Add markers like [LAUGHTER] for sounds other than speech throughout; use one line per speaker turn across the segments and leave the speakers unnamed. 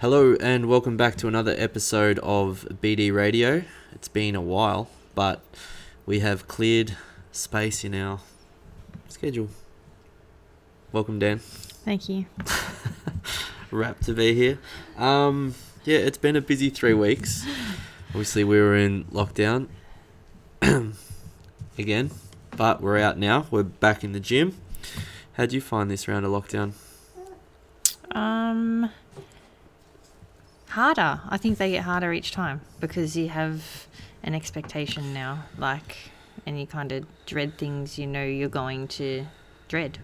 Hello and welcome back to another episode of BD Radio. It's been a while, but we have cleared space in our schedule. Welcome, Dan.
Thank you.
Wrapped to be here. Um, yeah, it's been a busy three weeks. Obviously, we were in lockdown [CLEARS THROAT] again, but we're out now. We're back in the gym. How'd you find this round of lockdown?
Um, harder. I think they get harder each time because you have an expectation now, like, and you kind of dread things you know you're going to dread.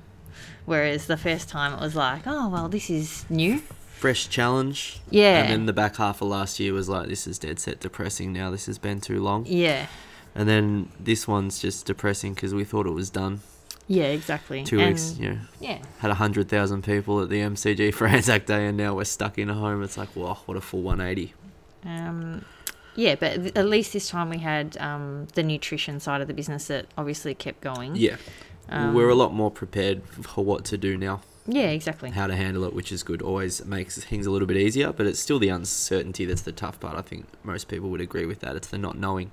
Whereas the first time it was like, oh well, this is new.
Fresh challenge.
Yeah.
And then the back half of last year was like, this is dead set depressing now. This has been too long.
Yeah.
And then this one's just depressing because we thought it was done.
Yeah. Exactly.
Two weeks,
And-
you know,
Yeah.
had 100,000 people at the [LAUGHS] MCG Anzac Day, and now we're stuck in a home. It's like, wow, what a full 180.
Um, yeah, but th- at least this time we had um, the nutrition side of the business that obviously kept going.
Yeah.
Um,
we're a lot more prepared for what to do now,
Yeah. Exactly.
how to handle it, which is good. Always makes things a little bit easier, but it's still the uncertainty that's the tough part. I think most people would agree with that. It's the not knowing.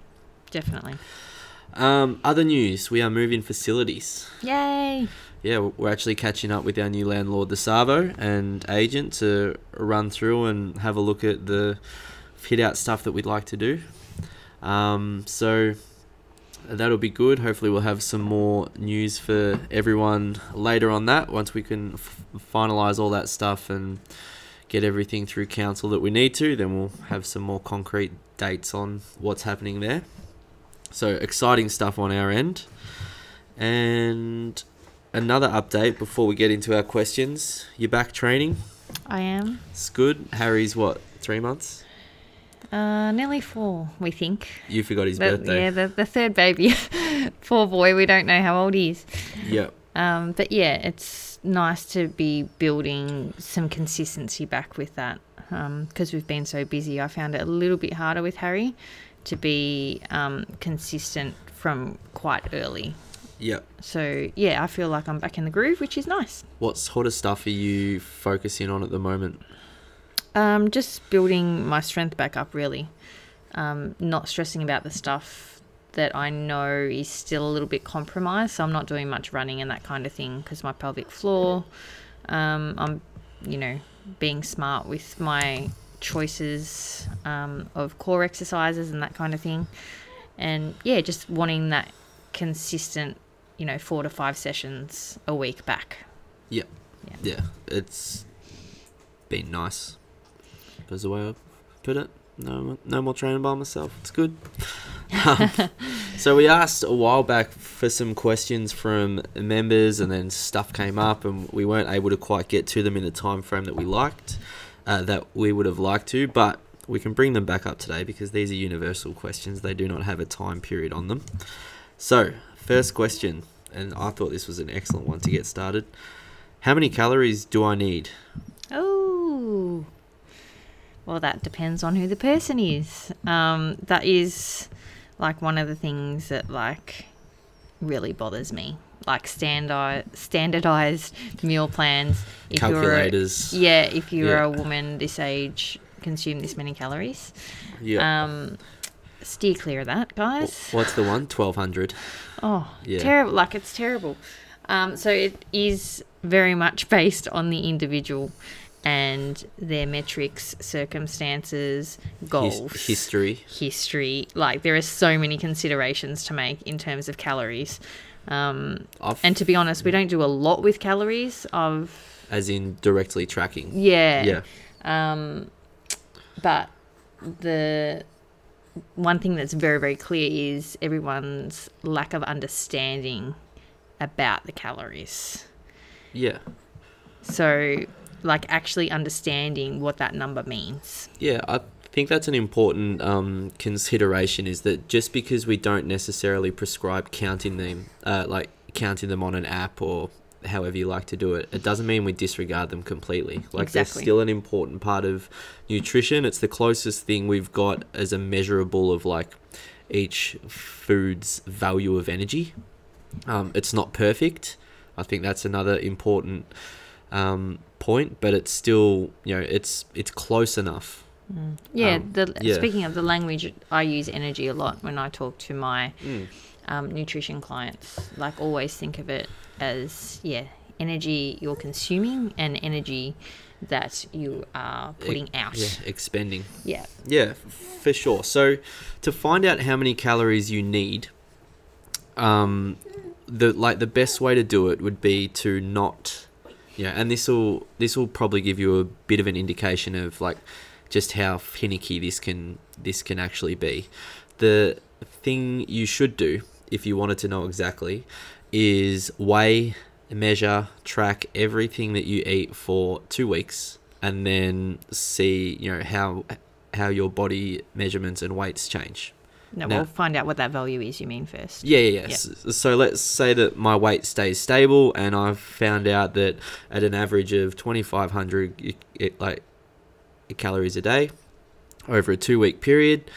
Definitely.
Um, other news we are moving facilities.
Yay.
Yeah, w- we're actually catching up with our new landlord, the Savo, and agent to run through and have a look at the fit out stuff that we'd like to do. Um, so that'll be good. Hopefully, we'll have some more news for everyone later on that once we can f- finalize all that stuff and get everything through council that we need to. Then we'll have some more concrete dates on what's happening there. So exciting stuff on our end. And another update before we get into our questions. You're back training.
I am.
It's good. Harry's what? Three months.
Uh, nearly four, we think.
You forgot his
The-
birthday.
yeah, the, the third baby. [LAUGHS] Poor boy, we don't know how old he is.
Yeah.
Um, but yeah, it's nice to be building some consistency back with that because we've been so busy. I found it a little bit harder with Harry to be um, consistent from quite early.
Yeah.
So yeah, I feel like I'm back in the groove, which is nice.
What sort of stuff are you focusing on at the moment?
Um, just building my strength back up, really. Um, not stressing about the stuff that I know is still a little bit compromised. So I'm not doing much running and that kind of thing because my pelvic floor. Um, I'm, you know, being smart with my choices um, of core exercises and that kind of thing. And yeah, just wanting that consistent, you know, four to five sessions a week back.
Yeah.
Yeah.
Yeah. It's been nice. That's the way I put it. No, no more training by myself. It's good. um, so we asked a while back for some questions from members, and then stuff came up, and we weren't able to quite get to them in the time frame that we liked, uh, that we would have liked to. But we can bring them back up today because these are universal questions. They do not have a time period on them. So first question, and I thought this was an excellent one to get started. How many calories do I need?
Oh. Well, that depends on who the person is. Um, that is like one of the things that like really bothers me. Like standard standardized meal plans.
Calculators.
You're a, yeah, if you're
Yeah.
a woman this age, consume this many calories.
Yeah.
Um, steer clear of that, guys.
Wh- What's the one? Twelve hundred.
Oh,
Yeah.
terrible! Like it's terrible. Um, so it is very much [LAUGHS] based on the individual and their metrics, circumstances, goals,
history.
history. Like there are so many considerations to make in terms of calories. Um,
I've,
and to be honest,
Mm.
we don't do a lot with calories. Of
as in directly tracking.
yeah,
Yeah.
um, but the one thing that's very, very clear is everyone's lack of understanding about the calories.
Yeah.
So, like, actually understanding what that number means.
Yeah. I think that's an important um, consideration is that just because we don't necessarily prescribe counting them, uh, like counting them on an app or however you like to do it, it doesn't mean we disregard them completely. Like they're
Exactly.
still an important part of nutrition. It's the closest thing we've got as a measurable of like each food's value of energy. Um, it's not perfect. I think that's another important um, point, but it's still you know it's it's close enough.
Yeah,
Um,
the,
yeah.
speaking of the language, I use energy a lot when I talk to my
Mm.
um, nutrition clients. Like, always think of it as, yeah, energy you're consuming and energy that you are putting out.
Yeah,
Yeah.
expending. Yeah, f- for sure. So, to find out how many calories you need, um, the like the best way to do it would be to not, yeah, and this will this will probably give you a bit of an indication of like just how finicky this can this can actually be. The thing you should do if you wanted to know exactly is weigh, measure, track everything that you eat for two weeks, and then see you know how how your body measurements and weights change.
No,
Now-
we'll find out what that value is, you mean first.
Yeah, yeah, yeah.
Yeah.
S- So let's say that my weight stays stable, and I've found out that at an average of twenty five hundred it, it, like calories a day over a two week period,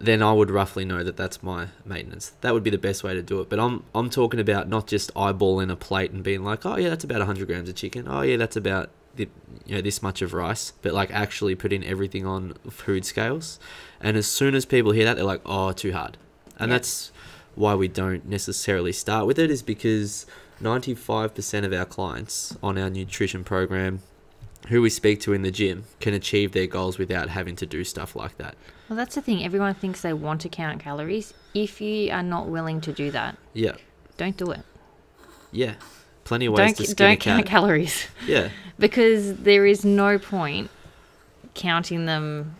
then I would roughly know that that's my maintenance. That would be the best way to do it. But I'm I'm talking about not just eyeballing a plate and being like, oh yeah, that's about hundred grams of chicken. Oh yeah, that's about the, you know this much of rice. But like actually putting everything on food scales, and as soon as people hear that, they're like, oh, too hard. And
Yeah.
that's why we don't necessarily start with it is because 95% of our clients on our nutrition program who we speak to in the gym can achieve their goals without having to do stuff like that.
Well, that's the thing. Everyone thinks they want to count calories. If you are not willing to do that,
Yeah,
don't do it.
yeah. Plenty of ways
Don't,
to skin a
don't
cat.
count calories. [LAUGHS]
yeah,
because there is no point counting them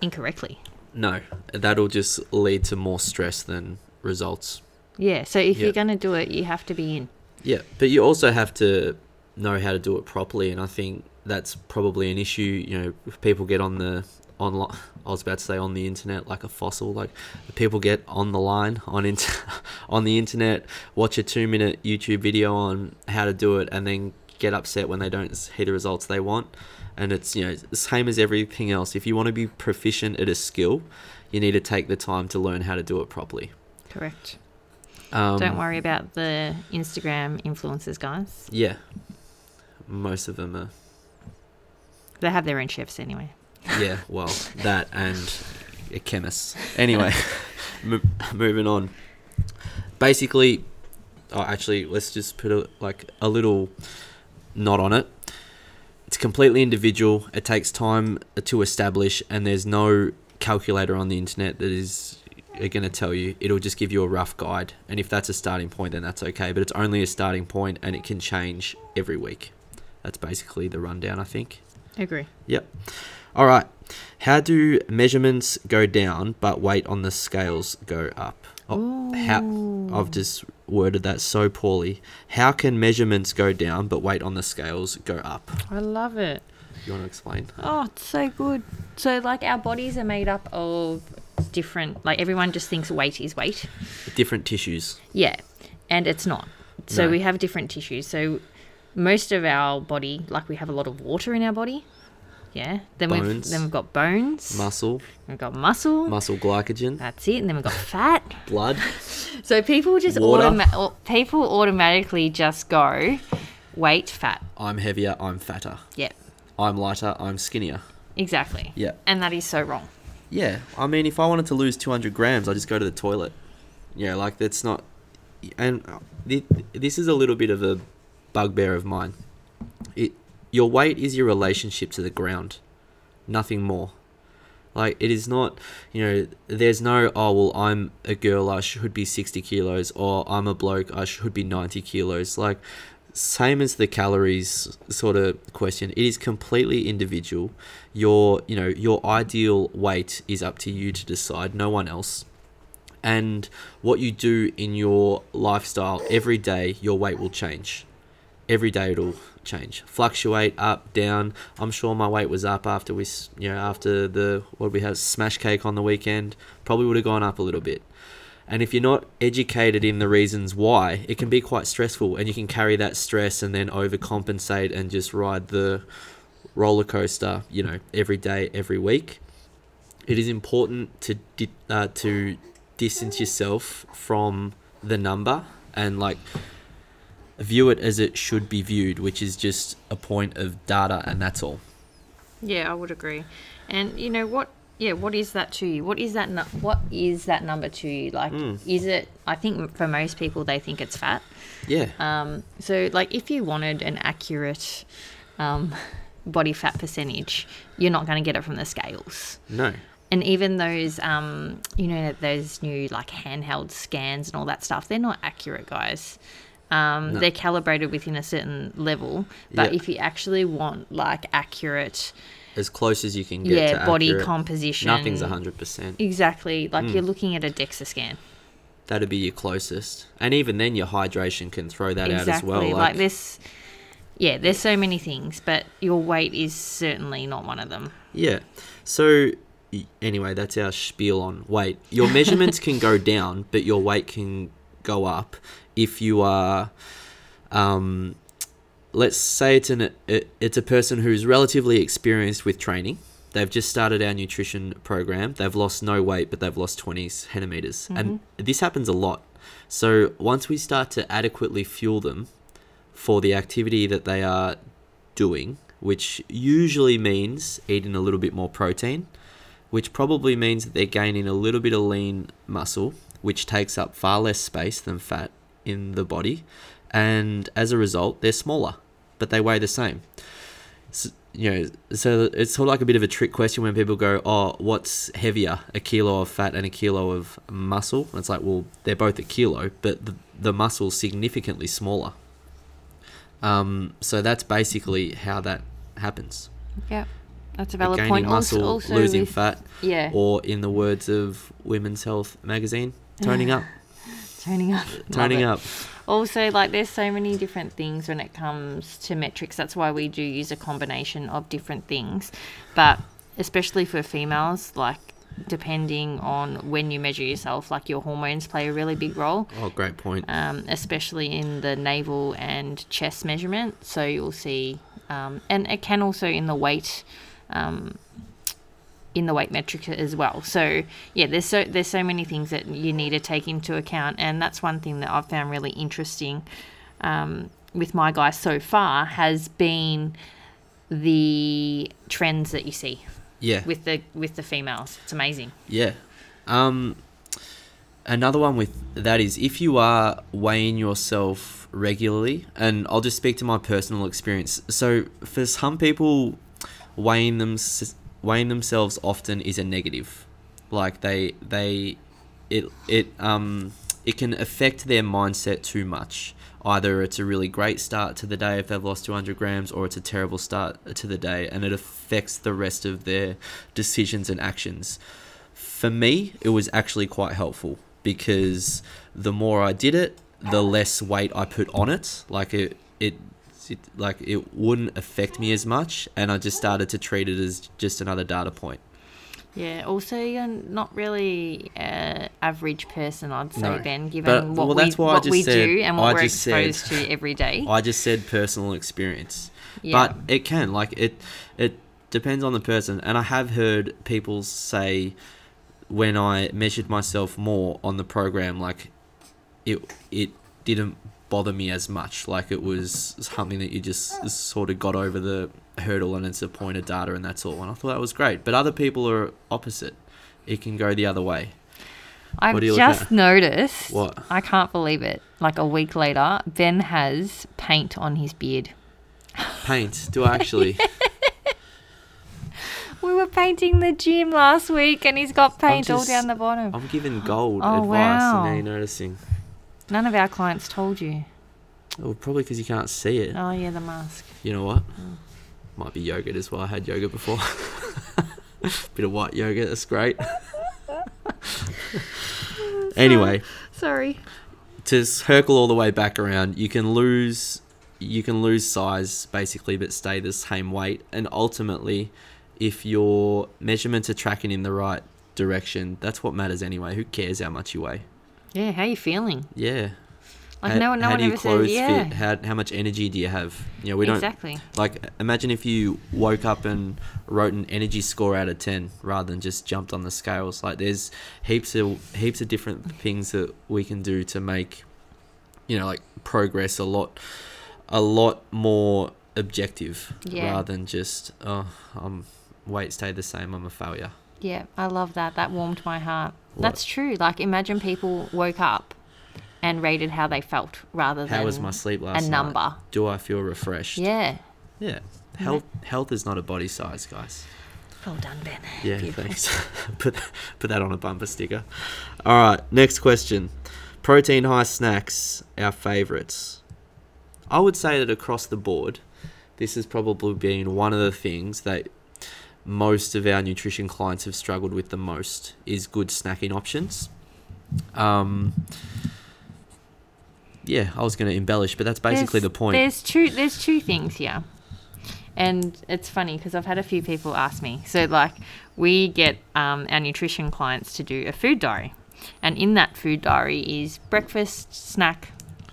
incorrectly.
no, that'll just lead to more stress than results.
Yeah, so if
Yeah.
you're going to do it, you have to be in.
Yeah, but you also have to know how to do it properly, and I think that's probably an issue. You know, if people get on the online. [LAUGHS] I was about to say on the internet, like a fossil. Like people get on the line on int- [LAUGHS] on the internet, watch a two minute YouTube video on how to do it, and then get upset when they don't see the results they want. And it's you know it's the same as everything else. If you want to be proficient at a skill, you need to take the time to learn how to do it properly.
Correct.
Um,
Don't worry about the Instagram influencers, guys.
Yeah, most of them are.
They have their own chefs anyway.
Yeah, well, that and a chemist. Anyway, mo- moving on. Basically, oh, actually, let's just put a, like a little knot on it. It's completely individual. It takes time to establish, and there's no calculator on the internet that is going to tell you. It'll just give you a rough guide, and if that's a starting point, then that's okay. But it's only a starting point, and it can change every week. That's basically the rundown, I think.
Agree.
Yep. All right. How do measurements go down but weight on the scales go up? Oh, how, I've just worded that so poorly. How can measurements go down but weight on the scales go up?
I love it.
You want to explain?
Oh, it's so good. So, like, our bodies are made up of different, like, everyone just thinks weight is weight.
Different tissues.
Yeah, and it's not. So
No.
we have different tissues. So most of our body, like we have a lot of water in our body. Yeah. Then we've
Bones.
then we've got bones.
Muscle,
we've got muscle.
muscle glycogen,
That's it. And then we've got fat.
blood.
So people just
Water.
automa- au- people automatically just go weight fat.
I'm heavier, I'm fatter.
Yep.
I'm lighter, I'm skinnier.
Exactly.
Yeah.
And that is so wrong.
Yeah, I mean, if I wanted to lose 200 grams, I just go to the toilet. Yeah, like that's not. And uh, thi- this is a little bit of a bugbear of mine. It, your weight is your relationship to the ground, nothing more. Like it is not, you know. There's no oh well, I'm a girl, I should be 60 kilos, or I'm a bloke, I should be 90 kilos. Like same as the calories sort of question. It is completely individual. Your you know your ideal weight is up to you to decide. No one else. And what you do in your lifestyle every day, your weight will change every day it'll change, fluctuate up, down. I'm sure my weight was up after we, s- you know, after the what we had smash cake on the weekend. Probably would have gone up a little bit. And if you're not educated in the reasons why, it can be quite stressful, and you can carry that stress and then overcompensate and just ride the roller coaster, you know, every day, every week. It is important to di- uh, to distance yourself from the number and like view it as it should be viewed, which is just a point of data, and that's all.
Yeah, I would agree. And you know what? Yeah, what is that to you? What is that? Nu- what is that number to you? Like,
Hmm.
is it? I think for most people, they think it's fat.
Yeah.
Um, so, like, if you wanted an accurate um, body fat percentage, you're not going to get it from the scales.
no.
And even those, um, you know, those new like handheld scans and all that stuff, they're not accurate, guys. Um,
No.
They're calibrated within a certain level. But
Yeah.
if you actually want like accurate,
As close as you can get.
yeah,
to
body
accurate.
composition,
Nothing's Hmm. hundred percent.
Exactly. Like you're looking at a DEXA scan.
That'd be your closest, and even then, your hydration can throw that
exactly.
out as well.
like, this. Yeah, there's so many things, but your weight is certainly not one of them.
Yeah. So y- anyway, that's our spiel on weight. Your measurements can go down, but your weight can go up if you are um let's say it's an it, it's a person who's relatively experienced with training. They've just started our nutrition program. They've lost no weight, but they've lost 20 centimeters. And this happens a lot. So once we start to adequately fuel them for the activity that they are doing, which usually means eating a little bit more protein, which probably means that they're gaining a little bit of lean muscle, which takes up far less space than fat in the body. And as a result, they're smaller, but they weigh the same. S you know, so it's sort of like a bit of a trick question when people go, "Oh, what's heavier, a kilo of fat and a kilo of muscle?" And it's like, well, they're both a kilo, but the, the muscle's significantly smaller. Um, so that's basically how that happens.
Yep, that's a
You're
valid
gaining
point.
muscle,
also, also
losing
with-
fat,
Yeah,
or in the words of Women's Health magazine, toning up, [LAUGHS]
toning up.
toning
Love it.
up.
Also, like, there's so many different things when it comes to metrics. That's why we do use a combination of different things. But especially for females, like, depending on when you measure yourself, like, your hormones play a really big role,
Oh, great point.
um, especially in the navel and chest measurement. So you'll see, um, and it can also in the weight. Um, in the weight metric as well. So yeah, there's so there's so many things that you need to take into account, and that's one thing that I've found really interesting um, with my guys so far has been the trends that you see
Yeah,
with the with the females. It's amazing.
yeah. Um, another one with that is if you are weighing yourself regularly, and I'll just speak to my personal experience. So for some people, weighing them weighing themselves often is a negative. Like they they it it um it can affect their mindset too much. Either it's a really great start to the day if they've lost 200 grams, or it's a terrible start to the day, and it affects the rest of their decisions and actions. For me, it was actually quite helpful because the more I did it, the less weight I put on it. Like it, it, it like it wouldn't affect me as much, and I just started to treat it as just another data point.
Yeah. Also, you're not really uh, average person, I'd say,
No.
Ben,
But-
given what
well, that's
we
why I
what
just
we
said-
do and what
I
we're
just said-
exposed to
[LAUGHS]
every day.
I just said personal experience.
Yeah.
But it can like it it depends on the person and I have heard people say when I measured myself more on the program like it it didn't bother me as much like it was something that you just sort of got over the hurdle and it's a point of data and that's all and I thought that was great but other people are opposite it can go the other way
I've
What are you looking
just
at?
noticed.
What?
I can't believe it. Like a week later, Ben has paint on his beard.
paint do I
[LAUGHS]
actually
We were painting the gym last week, and he's got paint all
just-
down the bottom.
I'm giving gold
Oh,
advice
wow.
and now you're noticing
None of our clients told you.
well probably because you can't see it
Oh yeah, the mask.
You know what? Might be yogurt as well. I had yogurt before. [LAUGHS] Bit of white yogurt, that's
[LAUGHS]
great. anyway,
Sorry.
to circle all the way back around, you can lose you can lose size basically but stay the same weight and ultimately if your measurements are tracking in the right direction, that's what matters anyway. Who cares how much you weigh?
Yeah, how you feeling?
Yeah.
Like
How-
no one, no
how
one
do your
ever said
clothes
yeah.
fit? How, how much energy do you have? You know, we don't
exactly.
like, imagine if you woke up and wrote an energy score out of ten rather than just jumped on the scales. Like, there's heaps of heaps of different things that we can do to make, you know, like progress a lot, a lot more objective
Yeah.
rather than just oh, I'm weight stayed the same. I'm a failure.
Yeah, I love that. That warmed my heart.
What?
That's true. Like, imagine people woke up and rated how they felt rather than
How was my sleep last night?
a number.
Do I feel refreshed?
Yeah.
Yeah. Health health is not a body size, guys.
Well done, Ben.
Yeah,
Beautiful.
thanks. [LAUGHS] put put that on a bumper sticker. All right, next question. Protein high snacks, our favorites. I would say that across the board, this has probably been one of the things that most of our nutrition clients have struggled with the most is good snacking options. Um, yeah, I was going to embellish, but that's basically
There's-
the point.
There's two. There's two things here, and it's funny because I've had a few people ask me. So like, we get um, our nutrition clients to do a food diary, and in that food diary is breakfast, snack,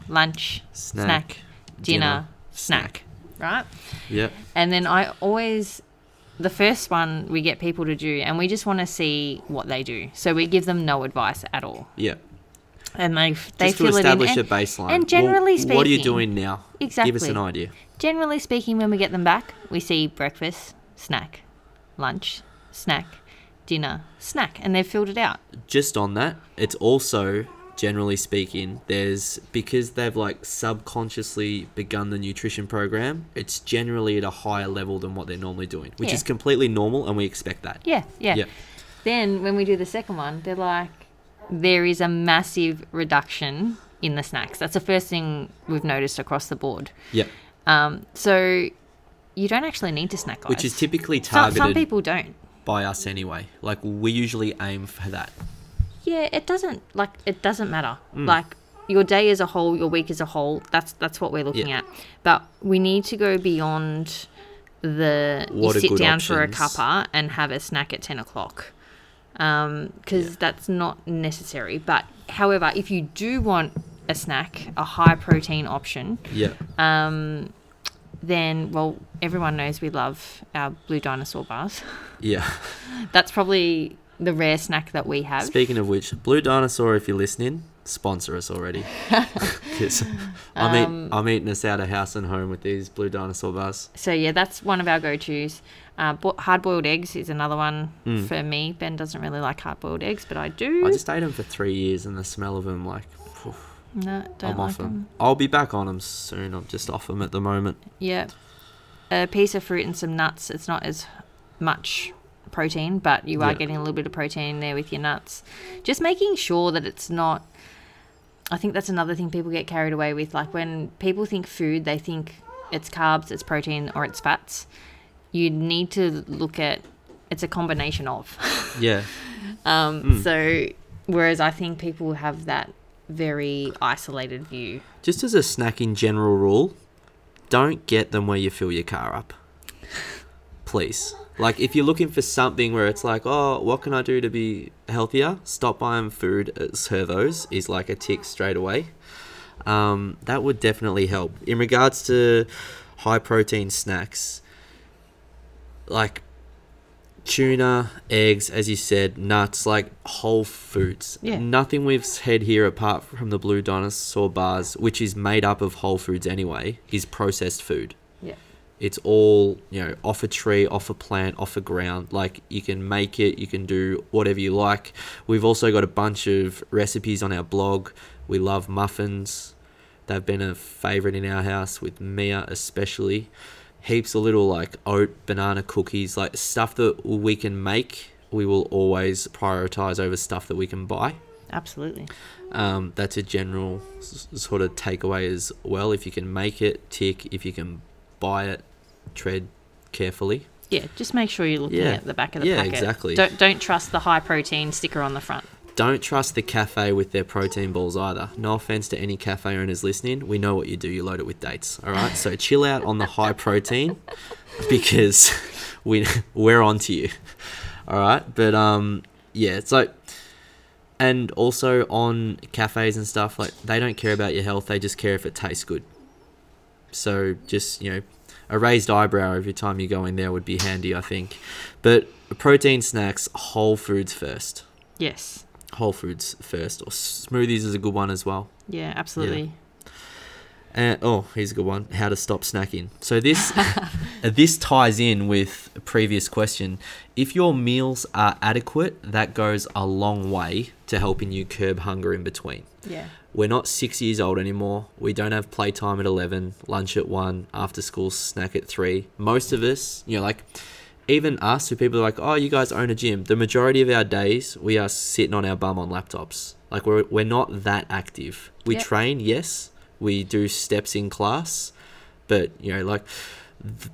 lunch, snack, dinner, snack. Right,
Yep.
and then I always. The first one we get people to do, and we just want to see what they do. So we give them no advice at all,
Yep.
and they they
just to
fill
establish
it in.
a baseline.
and generally
Well, what are you
speaking-
doing now? Give us
Exactly.
an idea.
Generally speaking, when we get them back, we see breakfast, snack, lunch, snack, dinner, snack, and they've filled it out.
Just on that, it's also generally speaking, there's because they've like subconsciously begun the nutrition program. It's generally at a higher level than what they're normally doing, which
Yeah.
is completely normal, and we expect that.
Yeah, yeah.
Yep.
Then when we do the second one, they're like, there is a massive reduction in the snacks. That's the first thing we've noticed across the board.
Yep.
Um, so you don't actually need to snack, guys.
Which is typically
some,
targeted
some people don't.
by us anyway. Like we usually aim for that.
Yeah, it doesn't like it doesn't matter.
Mm.
Like your day as a whole, your week as a whole. That's that's what we're looking
Yeah.
at. But we need to go beyond the
What are
you sit
good
down for a
options?
cuppa and have a snack at ten o'clock, because that's not necessary. But however, if you do want a snack, a high protein option,
Yeah.
um, then well, everyone knows we love our blue dinosaur bars.
Yeah.
that's probably the rare snack that we have.
Speaking of which, Blue Dinosaur, if you're listening, sponsor us
[LAUGHS]
already. 'Cause I'm, eat-
Um,
I'm eating us out of house and home with these Blue Dinosaur bars.
So yeah, that's one of our go-tos. Uh, bo- hard-boiled eggs is another one for me. Ben doesn't really like hard-boiled eggs, but I do.
Hmm. I just ate them for three years, and the smell of them, like, phew,
no, don't
I'm
like
off them.
them.
I'll be back on them soon. I'm just off them at the moment.
Yeah, a piece of fruit and some nuts. It's not as much protein, but you are
Yeah.
getting a little bit of protein in there with your nuts. Just making sure that it's not. I think that's another thing people get carried away with. Like when people think food, they think it's carbs, it's protein, or it's fats. You need to look at it's a combination of. [LAUGHS]
Yeah.
Um, So, whereas I think people have that very isolated view.
Just as a snacking general rule, don't get them where you fill your car up. Please. Like, if you're looking for something where it's like, oh, what can I do to be healthier? Stop buying food at servos is like a tick straight away. Um, that would definitely help. In regards to high protein snacks, like tuna, eggs, as you said, nuts, like whole foods.
Yeah.
Nothing we've said here apart from the blue dinosaur bars, which is made up of whole foods anyway, is processed food.
Yeah.
It's all, you know, off a tree, off a plant, off a ground. Like you can make it, you can do whatever you like. We've also got a bunch of recipes on our blog. We love muffins. They've been a favorite in our house with Mia especially. Heaps of little like oat, banana cookies, like stuff that we can make. We will always prioritize over stuff that we can buy.
Absolutely.
Um, that's a general s- sort of takeaway as well. If you can make it, tick. If you can buy it, tread carefully.
Yeah. Just make sure you're looking
Yeah.
at the back of the
Yeah,
packet.
exactly.
Don't don't trust the high protein sticker on the front.
Don't trust the cafe with their protein balls either. No offense to any cafe owners listening. We know what you do. You load it with dates. All right. So chill out on the high protein [LAUGHS] because [LAUGHS] we we're on to you. All right. But um yeah, it's like and also on cafes and stuff like they don't care about your health. They just care if it tastes good. So just you know, a raised eyebrow every time you go in there would be handy, I think. But protein snacks, whole foods first
Yes.
whole foods first or smoothies is a good one as well
Yeah. Absolutely.
And, oh, here's a good one: How to stop snacking. So this uh, this ties in with a previous question. If your meals are adequate, that goes a long way to helping you curb hunger in between.
Yeah.
We're not six years old anymore. We don't have playtime at 11, lunch at 1, after school snack at 3. Most of us, you know, like even us who people are like, oh, you guys own a gym. The majority of our days, we are sitting on our bum on laptops. Like, we're, we're not that active. We
Yep.
train, yes. We do steps in class. But, you know, like, th-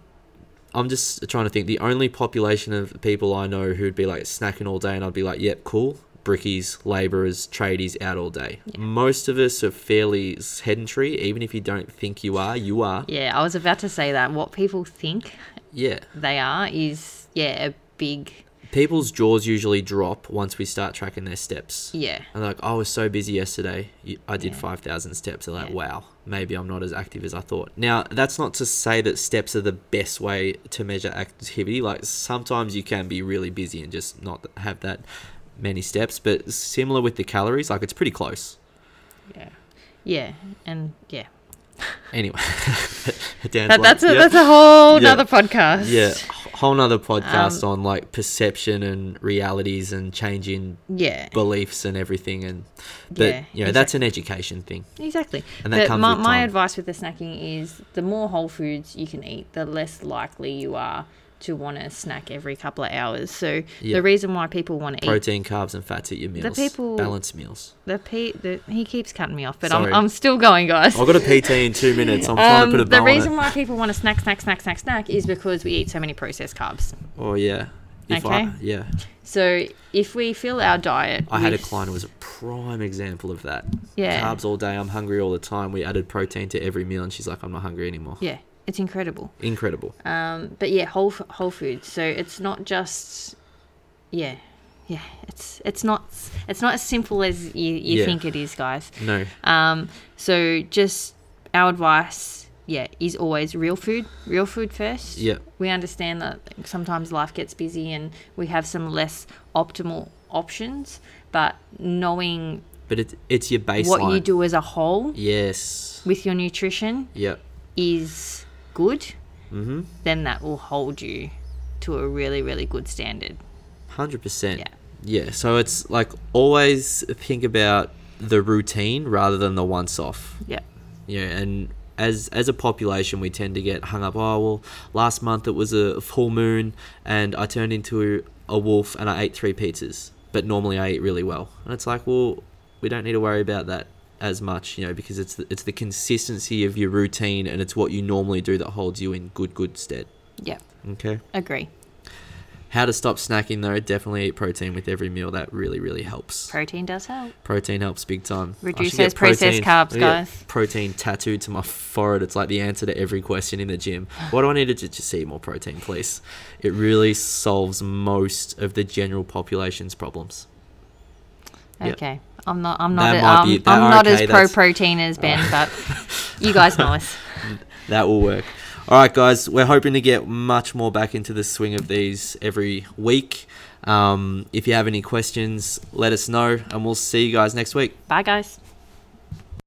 I'm just trying to think. The only population of people I know who'd be like snacking all day, and I'd be like, yep, cool. Brickies, labourers, tradies out all day. Most of us are fairly sedentary, even if you don't think you are, you are.
Yeah, I was about to say that. What people think
Yeah.
they are is, yeah, a big,
People's jaws usually drop once we start tracking their steps.
yeah.
And they're like, I was so busy yesterday. You- I did 5,000 steps. They're like,
Yeah.
wow, maybe I'm not as active as I thought. Now, that's not to say that steps are the best way to measure activity. Like, sometimes you can be really busy and just not have that many steps. But similar with the calories, like, it's pretty close.
Yeah. Yeah. And yeah.
Anyway, [LAUGHS] Dan's
That,
like,
that's, a,
"Yep."
that's a whole
Yeah.
nother podcast. [LAUGHS]
Yeah, wh- whole nother podcast
Um,
on like perception and realities and changing
Yeah.
beliefs and everything. And but
Yeah,
you know that's an education thing.
Exactly.
And that
but
comes
my,
with
my
time.
advice with the snacking is the more whole foods you can eat, the less likely you are to want to snack every couple of hours. So
Yeah.
the reason why people want to eat
Protein, carbs, and fats at your meals.
people-
balanced meals.
the, pe- the he keeps cutting me off, but
Sorry.
I'm, I'm still going, guys.
I've got a PT in
[LAUGHS]
two minutes. I'm trying to put a
Um, the
bow on
reason
it.
why people want to snack, snack, snack, snack, snack is because we eat so many processed carbs.
Oh yeah. If I,
Okay.
yeah,
So if we fill our diet,
I had a
with-
client who was a prime example of that.
Yeah.
Carbs all day. I'm hungry all the time. We added protein to every meal, and she's like, "I'm not hungry anymore."
Yeah, it's incredible.
Incredible.
Um, but yeah, whole f- whole foods. So it's not just yeah, yeah. It's it's not it's not as simple as you, you
Yeah.
think it is, guys.
No.
Um, so just our advice, yeah, is always real food, real food first.
Yeah.
We understand that sometimes life gets busy and we have some less optimal options, but knowing
But it's it's your baseline.
what you do as a whole
Yes.
with your nutrition
Yep.
is good, mm-hmm. then that will hold you to a really, really good standard.
Hundred percent.
Yeah.
Yeah. So it's like always think about the routine rather than the once off.
Yeah.
Yeah. And as as a population, we tend to get hung up. Oh well, last month it was a full moon, and I turned into a wolf, and I ate three pizzas. But normally I eat really well, and it's like, well, we don't need to worry about that as much, you know, because it's the, it's the consistency of your routine and it's what you normally do that holds you in good good stead.
Yeah.
Okay.
Agree.
How to stop snacking though, definitely eat protein with every meal. That really, really helps.
Protein does help.
protein helps big time. I
Reduce
should get
those
protein-
processed carbs,
I get
guys.
Protein tattooed to my forehead. It's like the answer to every question in the gym. What do I need to do to see more protein, please? It really solves most of the general population's problems. Yep.
Okay. I'm not. I'm
That
not. A,
might
um,
be- that-
I'm not
okay,
as pro
that's-
protein as Ben,
[LAUGHS]
but you guys know us.
That will work. All right, guys, we're hoping to get much more back into the swing of these every week. Um, if you have any questions, let us know, and we'll see you guys next week.
Bye, guys.